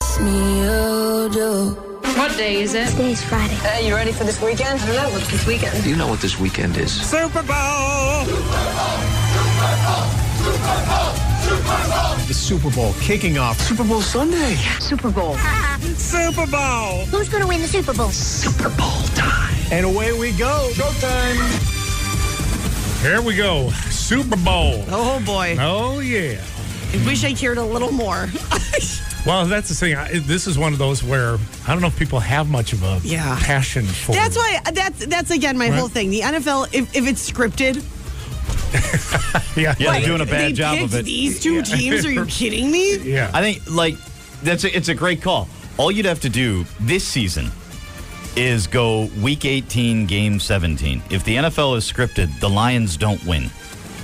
kiss me, oh, do. What day is it? Today's Friday. Hey, you ready for this weekend? I don't know. What's this weekend? You know what this weekend is. Super Bowl! The Super Bowl kicking off. Super Bowl Sunday. Super Bowl. Super Bowl! Who's going to win the Super Bowl? Super Bowl time. And away we go. Showtime. Here we go. Super Bowl. Oh boy. Oh, yeah. I wish I cared a little more. Well, that's the thing. I, this is one of those where I don't know if people have much of a Yeah. passion for. that's why that's that's again my Right. whole thing. The NFL, if, if it's scripted, Yeah, Yeah, like, they're doing a bad they job picked of it. These two teams? Are you kidding me? yeah. I think like that's a, it's a great call. All you'd have to do this season is go week 18, game 17. If the NFL is scripted, the Lions don't win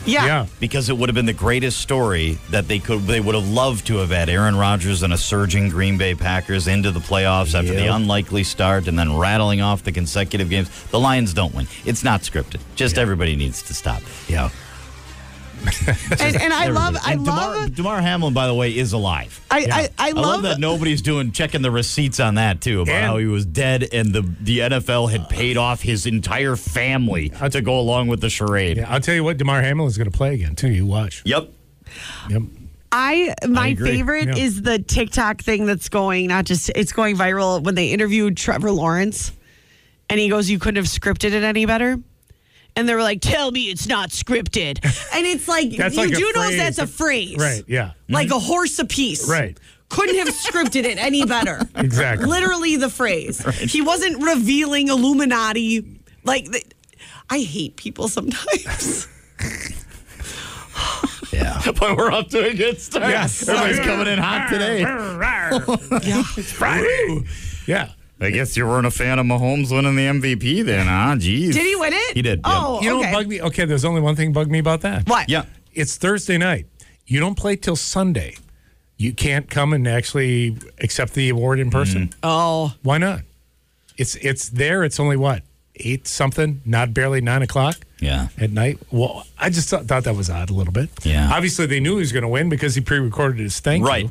Yeah. yeah. because it would have been the greatest story that they could they would have loved to have had Aaron Rodgers and a surging Green Bay Packers into the playoffs after the Yep. unlikely start and then rattling off the consecutive games. The Lions don't win. It's not scripted. Just everybody needs to stop. Yeah. And, and I love, I And DeMar, love, DeMar Hamlin by the way is alive. I, I, I I love love that nobody's doing checking the receipts on that too about And- how he was dead and the the NFL had paid off his entire family to go along with the charade. Yeah, I'll tell you what, Demar Hamlin is going to play again too. You watch. Yep. Yep. I my agree. favorite Yeah. is the TikTok thing that's going not just it's going viral when they interviewed Trevor Lawrence and he goes you couldn't have scripted it any better. And they were like, "Tell me it's not scripted," and it's like That's you like a do know phrase. that's a phrase, Right, yeah. like a horse apiece, Right. Couldn't have scripted it any better, Exactly. Literally the phrase. He wasn't revealing Illuminati. Like, th- I hate people sometimes. Yeah. but we're up to a good start. Yes. Everybody's coming in hot today. yeah. It's Friday. Yeah. I guess you weren't a fan of Mahomes winning the MVP then, huh? Jeez. Did he win it? He did, yeah. Oh, You know okay. what bugged me? Okay, there's only one thing bugged me about that. What? Yeah. It's Thursday night. You don't play till Sunday. You can't come and actually accept the award in person. Mm. Oh. Why not? It's it's there. It's only what eight something, not barely nine o'clock. Yeah. at night. Well, I just thought, thought that was odd a little bit. Yeah. obviously they knew he was going to win because he pre-recorded his thank you. Right.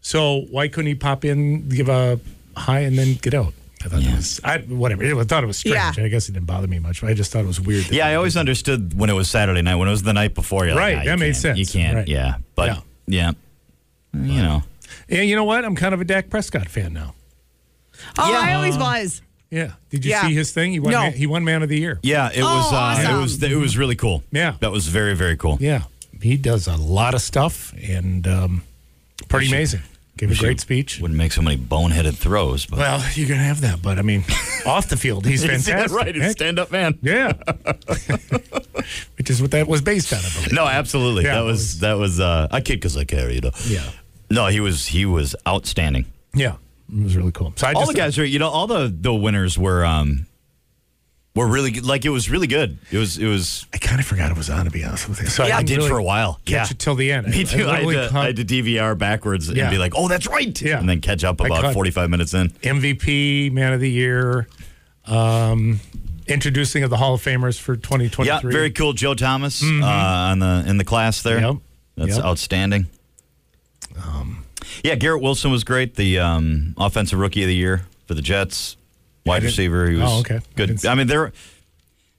So why couldn't he pop in, give a hi, and then get out? I thought Yeah. it was I, whatever. I thought it was strange. Yeah. I guess it didn't bother me much. But I just thought it was weird. that- Yeah, I always understood when it was Saturday night, when it was the night before. You're like, Right, "Ah, you that made can't- sense. You can't, Right. yeah. But Yeah. yeah. You know. Yeah, you know what? I'm kind of a Dak Prescott fan now. Oh, Yeah. I always was. Yeah. Did you Yeah. see his thing? He won. No. Man, he won Man of the Year. Yeah, it was uh, awesome. it was it was really cool. Yeah. That was very, very cool. Yeah. He does a lot of stuff and um, pretty amazing. Gave a great speech. Wouldn't make so many boneheaded throws, but Well, you're gonna have that, but I mean, off the field, he's fantastic. Heck, stand up man. Yeah. Which is what that was based on, I believe. No, absolutely. Yeah, that it was that was uh I kid cause I care, you know. Yeah. No, he was he was outstanding. Yeah. It was really cool. So I all just, the guys are you know, all the the winners were um were really good. like it was really good. It was it was I kind of forgot it was on, to be honest with you. So I didn't did really for a while. Catch yeah. it till the end. Me too. I, literally had, to, caught I had to DVR backwards Yeah. and be like, "Oh, that's right," Yeah. and then catch up I about caught- forty-five minutes in. MVP, Man of the Year, um, introducing of the Hall of Famers for 2023. Yeah, very cool, Joe Thomas uh, on the in the class there. Mm-hmm. Yep. That's Yep. Um, outstanding. yeah, Garrett Wilson was great. The um, offensive rookie of the year for the Jets, I wide didn't- receiver. He was Oh, okay. I didn't good. see- I, mean, there.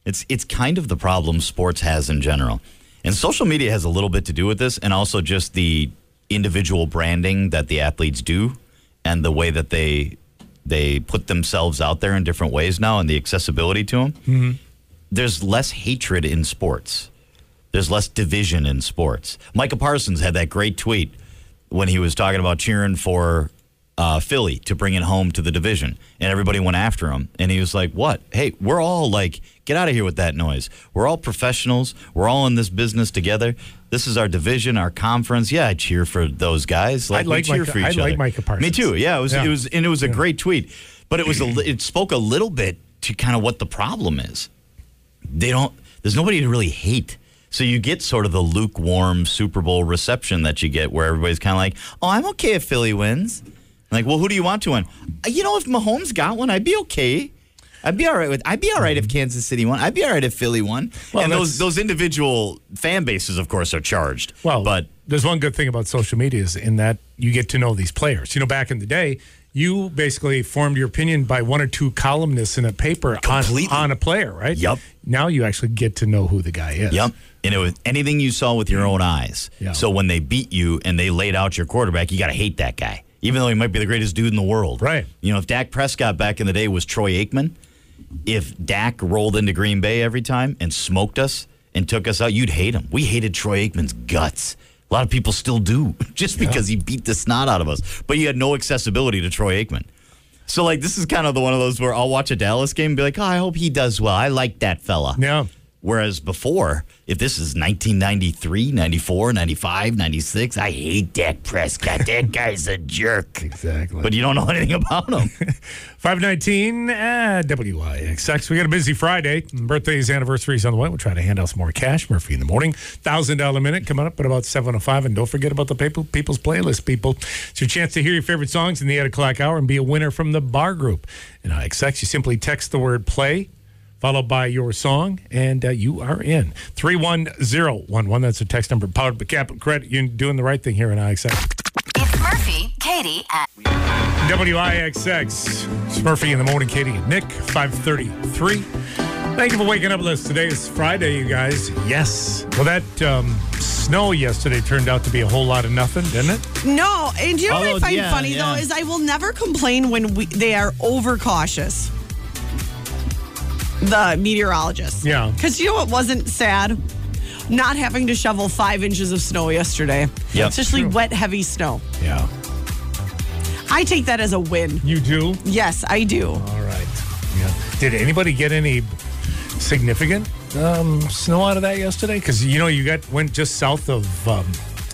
It's it's kind of the problem sports has in general, and social media has a little bit to do with this, and also just the individual branding that the athletes do, and the way that they they put themselves out there in different ways now, and the accessibility to them Mm-hmm. there's less hatred in sports. There's less division in sports. Micah Parsons had that great tweet when he was talking about cheering for uh, Philly to bring it home to the division, and everybody went after him. And he was like, "What? Hey, we're all like, get out of here with that noise. We're all professionals. We're all in this business together. This is our division, our conference. Yeah, I cheer for those guys. Like, I we like cheer Micah- for each I other. like Micah Me Parsons. too. Yeah, it was. Yeah. It was, and it was a great tweet, but it was a, li- it spoke a little bit to kind of what the problem is they don't there's nobody to really hate so you get sort of the lukewarm super bowl reception that you get where everybody's kind of like oh i'm okay if philly wins like well who do you want to win "Uh, you know if mahomes got one i'd be okay I'd be all right with. I'd be all right if Kansas City won. I'd be all right if Philly won. Mm-hmm. Well, and that's- those those individual fan bases, of course, are charged. Well, but there's one good thing about social media is in that you get to know these players. You know, back in the day, you basically formed your opinion by one or two columnists in a paper on, Completely. on a player, right? Yep. Now you actually get to know who the guy is. Yep. And it was anything you saw with your own eyes. Yeah. So when they beat you and they laid out your quarterback, you got to hate that guy, even though he might be the greatest dude in the world. Right. You know, if Dak Prescott back in the day was Troy Aikman, if Dak rolled into Green Bay every time and smoked us and took us out, you'd hate him. We hated Troy Aikman's guts. A lot of people still do just because he beat the snot out of us. But you had no accessibility to Troy Aikman. So, like, this is kind of the one of those where I'll watch a Dallas game and be like, oh, I hope he does well. I like that fella. Yeah. Whereas before, if this is 1993, 94, 95, 96, I hate Dak Prescott. That guy's a jerk. Exactly. But you don't know anything about him. 519 at WIXX. We got a busy Friday. Birthdays, anniversaries on the way. We'll try to hand out some more cash. Murphy in the morning. $1,000 minute coming up at about 7.05. And don't forget about the people, People's Playlist, people. It's your chance to hear your favorite songs in the 8 o'clock hour and be a winner from the bar group. In IXX, you simply text the word play followed by your song, and uh, you are in. 31011. That's the text number powered by Capital Credit. You're doing the right thing here in IXX. It's Murphy, Katie, and WIXX. It's Murphy in the morning, Katie and Nick, 533. Thank you for waking up with us. Today is Friday, you guys. Yes. Well, that um, snow yesterday turned out to be a whole lot of nothing, didn't it? No, and you know what Oh, I find yeah, funny yeah. though is I will never complain when we, they are overcautious. The meteorologists. Yeah. Because you know what wasn't sad? Not having to shovel five inches of snow yesterday. Yeah. Especially wet, heavy snow. Yeah. I take that as a win. You do? Yes, I do. Uh, All right. Yeah. Did anybody get any significant um, snow out of that yesterday? Because, you know, you got went just south of, um,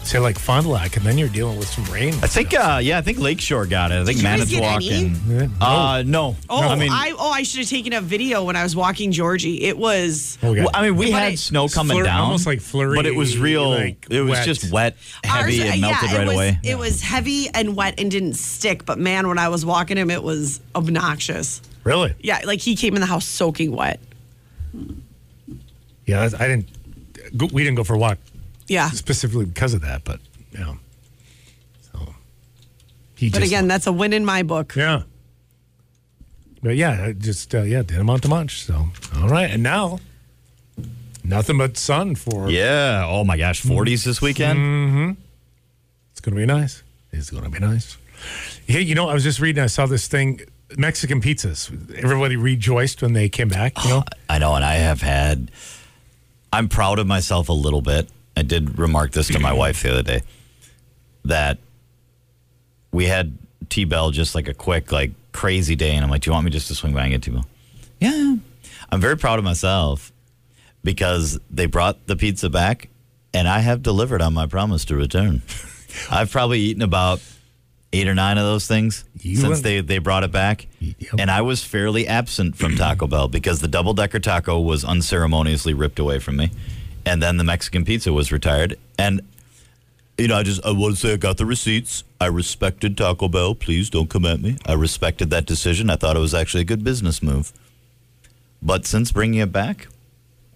say, like Fond du Lac, and then you're dealing with some rain. I think, uh, yeah, I think Lakeshore got it. I think you guys get Manitowoc any? and. Uh, no. Oh, I mean, I oh I should have taken a video when I was walking Georgie. It was Okay. well, I mean, we But had it- snow coming Flurry- down, almost like flurry, but it was real. like, it was wet. just wet, heavy, Ours- uh, and yeah, melted it right was, away. It was heavy and wet and didn't stick. But man, when I was walking him, it was obnoxious. Really? Yeah, like he came in the house soaking wet. Yeah, I I didn't. go- We didn't go for a walk Yeah. specifically because of that, but yeah. So he. But just- again, that's a win in my book. yeah. But yeah, I just uh, yeah, didn't amount to much. So all right, and now nothing but sun for. yeah. Oh my gosh, 40s this weekend. It's gonna be nice. It's gonna be nice. Hey, you know, I was just reading. I saw this thing. Mexican pizzas. Everybody rejoiced when they came back. You know, I know, and I have had. I'm proud of myself a little bit. I did remark this to my wife the other day that we had T Bell just like a quick, like crazy day, and I'm like, "Do you want me just to swing by and get T Bell?" Yeah, I'm very proud of myself because they brought the pizza back, and I have delivered on my promise to return. I've probably eaten about eight or nine of those things You since have- they they brought it back. Yep. And I was fairly absent from Taco Bell because the double decker taco was unceremoniously ripped away from me. And then the Mexican pizza was retired. And, you know, I just, I want to say I got the receipts. I respected Taco Bell. Please don't come at me. I respected that decision. I thought it was actually a good business move. But since bringing it back,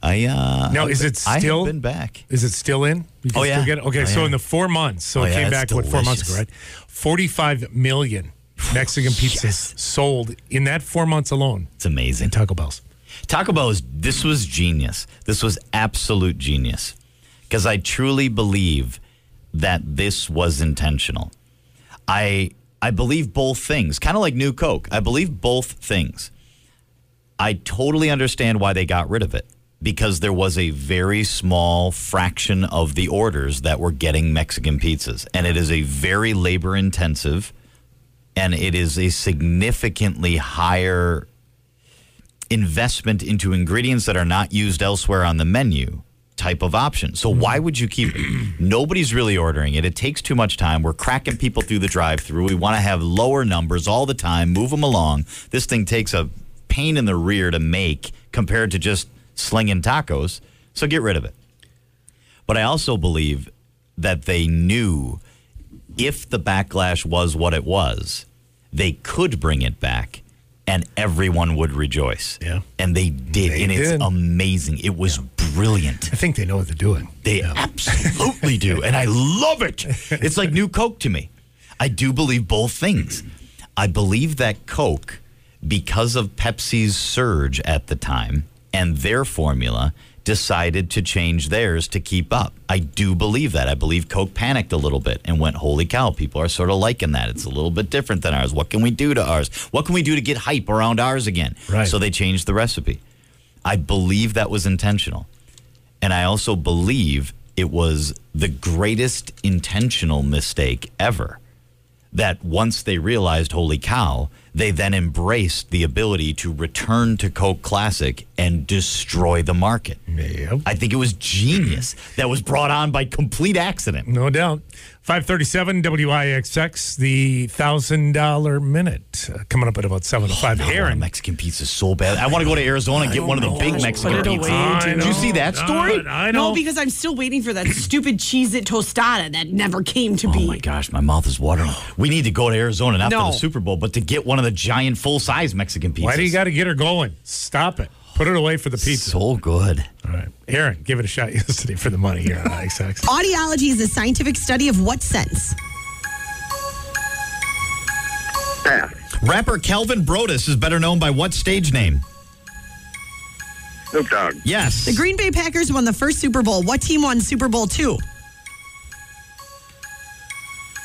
I, uh, Now, is it I still- have been back. Is it still in? You can Oh, still yeah. get it? Okay, Oh, so yeah. in the four months, so Oh, it yeah, came it's back what four months ago, right? delicious. Forty-five million Mexican pizzas sold in that four months alone. It's amazing. Taco Bell's. Taco Bell is this was genius. This was absolute genius. Because I truly believe that this was intentional. I I believe both things. Kind of like New Coke. I believe both things. I totally understand why they got rid of it. Because there was a very small fraction of the orders that were getting Mexican pizzas. And it is a very labor intensive and it is a significantly higher investment into ingredients that are not used elsewhere on the menu type of option. So why would you keep it? Nobody's really ordering it. It takes too much time. We're cracking people through the drive-through. We want to have lower numbers all the time, move them along. This thing takes a pain in the rear to make compared to just slinging tacos. So get rid of it. But I also believe that they knew if the backlash was what it was, they could bring it back and everyone would rejoice. Yeah. And they did. They and did. it's amazing. It was brilliant. I think they know what they're doing. They absolutely do. And I love it. It's like new Coke to me. I do believe both things. I believe that Coke, because of Pepsi's surge at the time and their formula, decided to change theirs to keep up. I do believe that. I believe Coke panicked a little bit and went, holy cow, people are sort of liking that. It's a little bit different than ours. What can we do to ours? What can we do to get hype around ours again? Right. So they changed the recipe. I believe that was intentional. And I also believe it was the greatest intentional mistake ever. That once they realized, holy cow, they then embraced the ability to return to Coke Classic and destroy the market. Yep. I think it was genius that was brought on by complete accident. No doubt. 537 WIXX, the $1,000 minute. Uh, coming up at about 7 to 5. I want a Aaron. Mexican pizza so bad. I want to go to Arizona and get one of the big Mexican Put it away, pizzas. dude. Did you see that story? I know. No, because I'm still waiting for that stupid cheese it tostada that never came to Oh be. my gosh, my mouth is watering. We need to go to Arizona, not for No. the Super Bowl, but to get one of the giant full size Mexican pizzas. Why do you got to get her going? Stop it. Put it away for the pizza. So good. All right. Aaron, give it a shot yesterday for the money here on IXX. Audiology is a scientific study of what sense? Pass. Rapper Calvin Brodus is better known by what stage name? Snoop Dogg. Yes. The Green Bay Packers won the first Super Bowl. What team won Super Bowl two?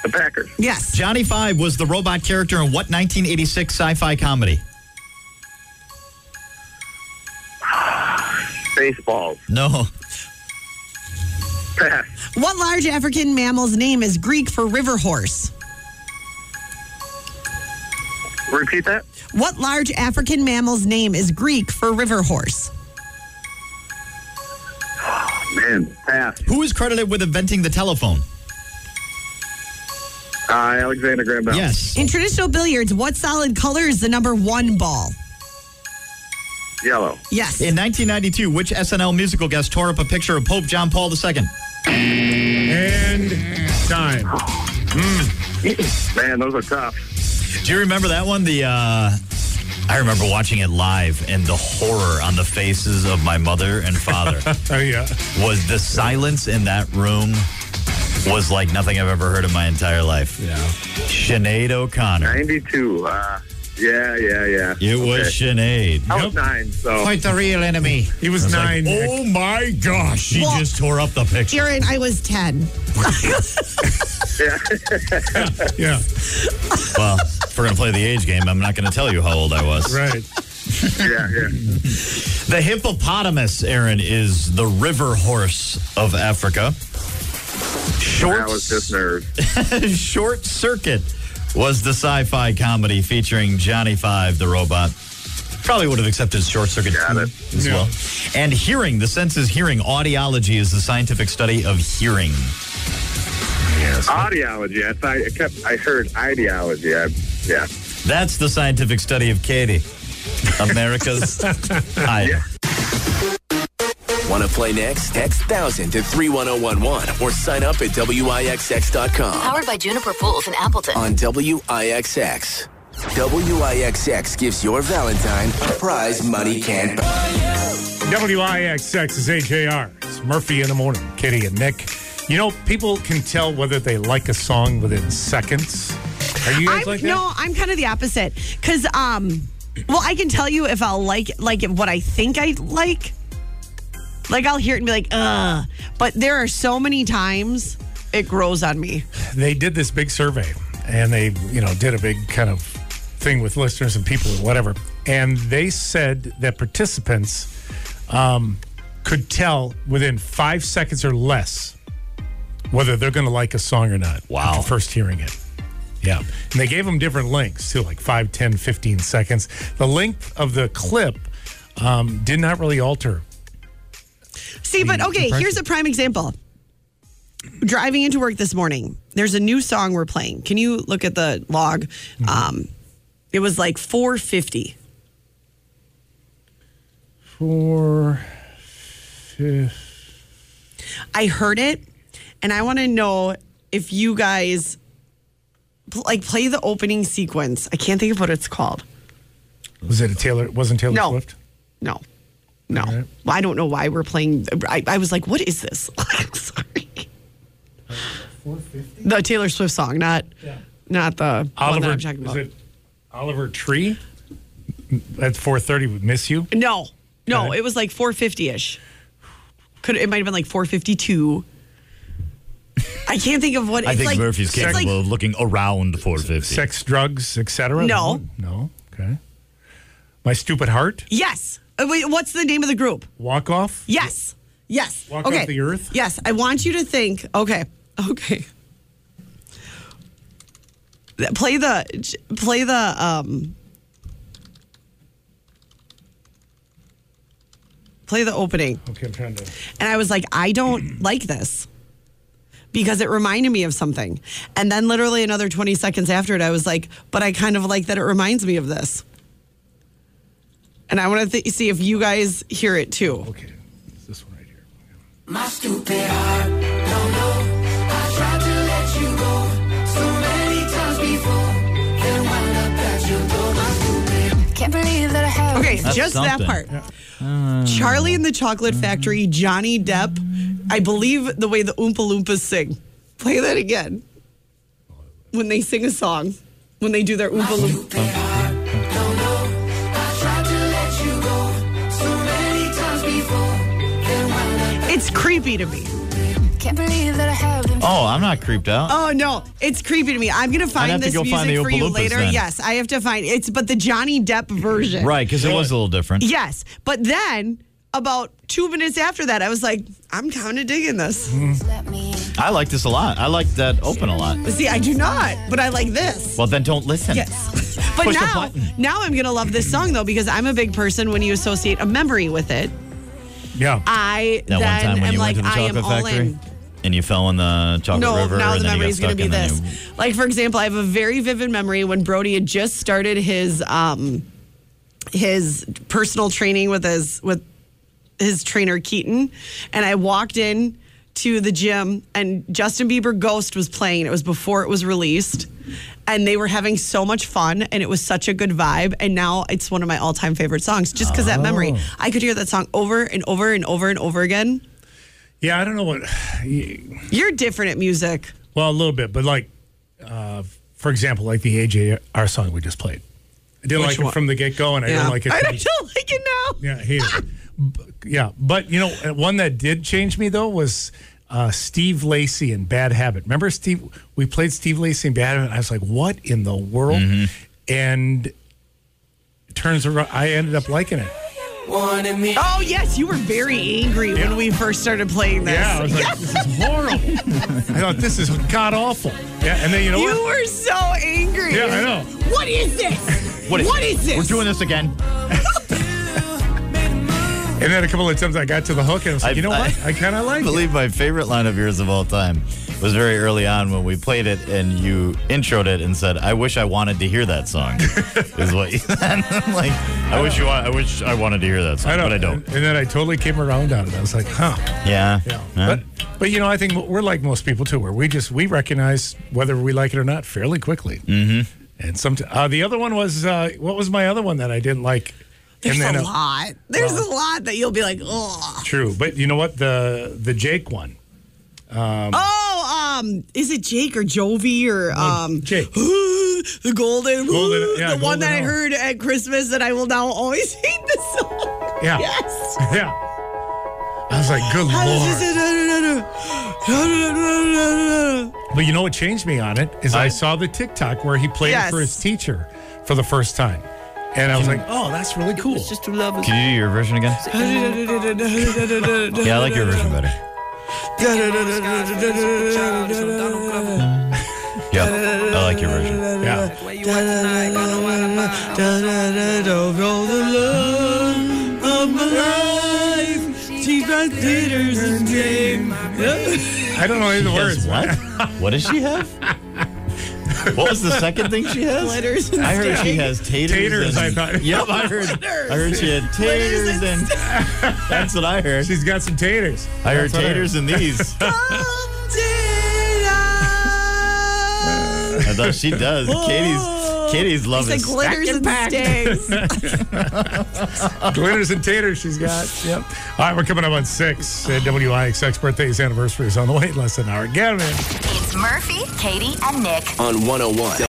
The Packers. Yes. Johnny Five was the robot character in what 1986 sci fi comedy? Baseballs. No. Pass. What large African mammal's name is Greek for river horse? Repeat that. What large African mammal's name is Greek for river horse? Man. Pass. Who is credited with inventing the telephone? Uh, Alexander Graham Bell. Yes. In traditional billiards, what solid color is the number one ball? Yellow. Yes. In 1992, which SNL musical guest tore up a picture of Pope John Paul II? and time. Man, those are tough. Do you remember that one? The uh I remember watching it live and the horror on the faces of my mother and father Oh, yeah. was the silence in that room was like nothing I've ever heard in my entire life. Yeah. Sinead O'Connor. 92. Uh, yeah, yeah, yeah. It was Okay. Sinead. I Yep. was nine, so. Quite the real enemy. He was, It's like, nine. oh my gosh, she Well- just tore up the picture. Aaron, I was 10. Yeah. yeah. Well, if we're gonna play the age game, I'm not gonna tell you how old I was. Right. yeah, yeah. The hippopotamus, Aaron, is the river horse of Africa. Short, That was just nerves. Short Circuit was the sci fi comedy featuring Johnny Five, the robot. Probably would have accepted Short Circuit Got too, it. as Yeah. well. And hearing, the sense is hearing. Audiology is the scientific study of hearing. Audiology. I thought I kept. I heard ideology. I, yeah. That's the scientific study of Katie. America's idol. Want to play next? Text 1000 to 31011 or sign up at WIXX.com Powered by Juniper Pools in Appleton. on WIXX. WIXX gives your Valentine a prize money can't buy. WIXX is AJR. It's Murphy in the morning. Kitty and Nick. You know, people can tell whether they like a song within seconds. Are you guys I'm, like that? no, I'm kind of the opposite because um, well, I can tell you if I'll like like what I think I like. Like I'll hear it and be like, ugh. But there are so many times it grows on me. they did this big survey and they you know did a big kind of thing with listeners and people and whatever and they said that participants um, could tell within five seconds or less whether they're going to like a song or not Wow. after first hearing it yeah and they gave them different lengths too like 5 10 15 seconds the length of the clip um, did not really alter See, but okay, impressive. here's a prime example. Driving into work this morning, there's a new song we're playing. Can you look at the log? Mm-hmm. Um, it was like 450. for I heard it, and I want to know if you guys pl- like play the opening sequence. I can't think of what it's called. Was it a Taylor? Wasn't Taylor No. Swift? No. No. All right. Well, I don't know why we're playing. I, I was like, what is this? Sorry. The Taylor Swift song, not not the one that Oliver I'm talking is about. it Oliver Tree? At four thirty, would miss you. No. No, Okay. it was like 450-ish. Could it might have been like 452. I can't think of what I it's think like, Murphy's it's capable like- of looking around 450. Sex, drugs, etc. No. no. Okay. My stupid heart. Yes. Uh, Wait, what's the name of the group? Walk off. Yes. Yes. Walk okay. off the earth? Yes. I want you to think. Okay. Okay. Th- Play the j- play the um play the opening. Okay, I'm trying to. And I was like, I don't like this. Because it reminded me of something. And then literally another 20 seconds after it, I was like, but I kind of like that it reminds me of this. And I want to th- see if you guys hear it too. Okay, it's this one right here. My stupid heart, no, no. I tried to let you go so many times before. Then wound up at your door. My stupid Can't believe that I have. Okay, That's just that something. part. Charlie and the Chocolate Factory, Johnny Depp. I believe the way the Oompa Loompas sing. Play that again. When they sing a song, when they do their Oompa Loompa. stupid heart, no, no. I tried to let you go so many times before. Then wound up. It's creepy to me. Can't believe that I have them. Oh, I'm not creeped out. Oh no, it's creepy to me. I'm gonna I'd find have to this go music find the for Oompa you Loompas later. then. Yes, I have to find it's but the Johnny Depp version. Right, because it was a little different. Yes, but then about two minutes after that, I was like, I'm kind of digging this. Let me in. I like this a lot. I like that open a lot. See, I do not, but I like this. Well, then don't listen. Yes. But Push the now, button. now I'm gonna love this song though because I'm a big person. When you associate a memory with it, Yeah. I That then one time when am you like, went to the I am chocolate all factory in. and you fell in the chocolate No, river. now and the then you got memory is going to stuck be and then this. you- Like for example, I have a very vivid memory when Brody had just started his um his personal training with his with his trainer Keaton, and I walked in to the gym and Justin Bieber Ghost was playing. It was before it was released. And they were having so much fun, and it was such a good vibe. And now it's one of my all time favorite songs just because that memory. Oh. I could hear that song over and over and over and over again. yeah, I don't know what. You're different at music. Well, a little bit, but like, uh, for example, like the AJR song we just played. I didn't like it from the get go, and I Yeah. don't like it. I from- don't like it now. Yeah, I hate it. B- yeah, but you know, uh, one that did change me though was uh, Steve Lacey and Bad Habit. Remember, Steve? We played Steve Lacey and Bad Habit. I was like, "What in the world?" Mm-hmm. And it turns around, I ended up liking it. Wanted me. Oh yes, you were very angry when we first started playing this. Yeah, I was like, "This is horrible." I thought this is god awful. Yeah, and then you know you what? were so angry. Yeah, I know. What is this? What is, what is this? We're doing this again. And then a couple of times I got to the hook and I was like, I- you know I- what? I kind of I like it. believe my favorite line of yours of all time was very early on when we played it and you introed it and said, "I wish I wanted to hear that song." is what you said. I'm like, I wish you want, I wish I wanted to hear that song, know. but I don't. And, and then I totally came around on it. I was like, huh. Yeah. Yeah. Huh? But, but, you know, I think we're like most people too, where we just, we recognize whether we like it or not fairly quickly. Mm-hmm. And some, uh, the other one was, uh, what was my other one that I didn't like? There's and then a lot. There's a lot that you'll be like, oh, True. But you know what? The, the Jake one. oh, um, is it Jake or Jovi or um, Jake. the golden, Golden- yeah, the one Golden that I Hour. heard at Christmas that I will now always hate the song. Yeah. Yes. Yeah. I was like, good How does lord. this- But you know what changed me on it is I, I- saw the TikTok where he played Yes. it for his teacher for the first time. And I was like, oh, that's really cool. Can you do your version again? Yeah, I like your version better. Yeah, I like your version. Yeah. I don't know any of the words. Because what? what does she have? What was the second thing she has? Glitters and I heard she stain. has taters. Taters, and- I thought. Yep, I heard. I heard she had taters and. That's what I heard. She's got some taters. I heard That's what taters and these. I thought she does. Katie's Kitties love He his said glitters stack and stings. Glitters and taters she's got. Yep. All right, we're coming up on six. Uh, WIXX birthdays, anniversaries on the way. Less than an hour. Get it. oh It's Murphy, Katie, and Nick. on 101.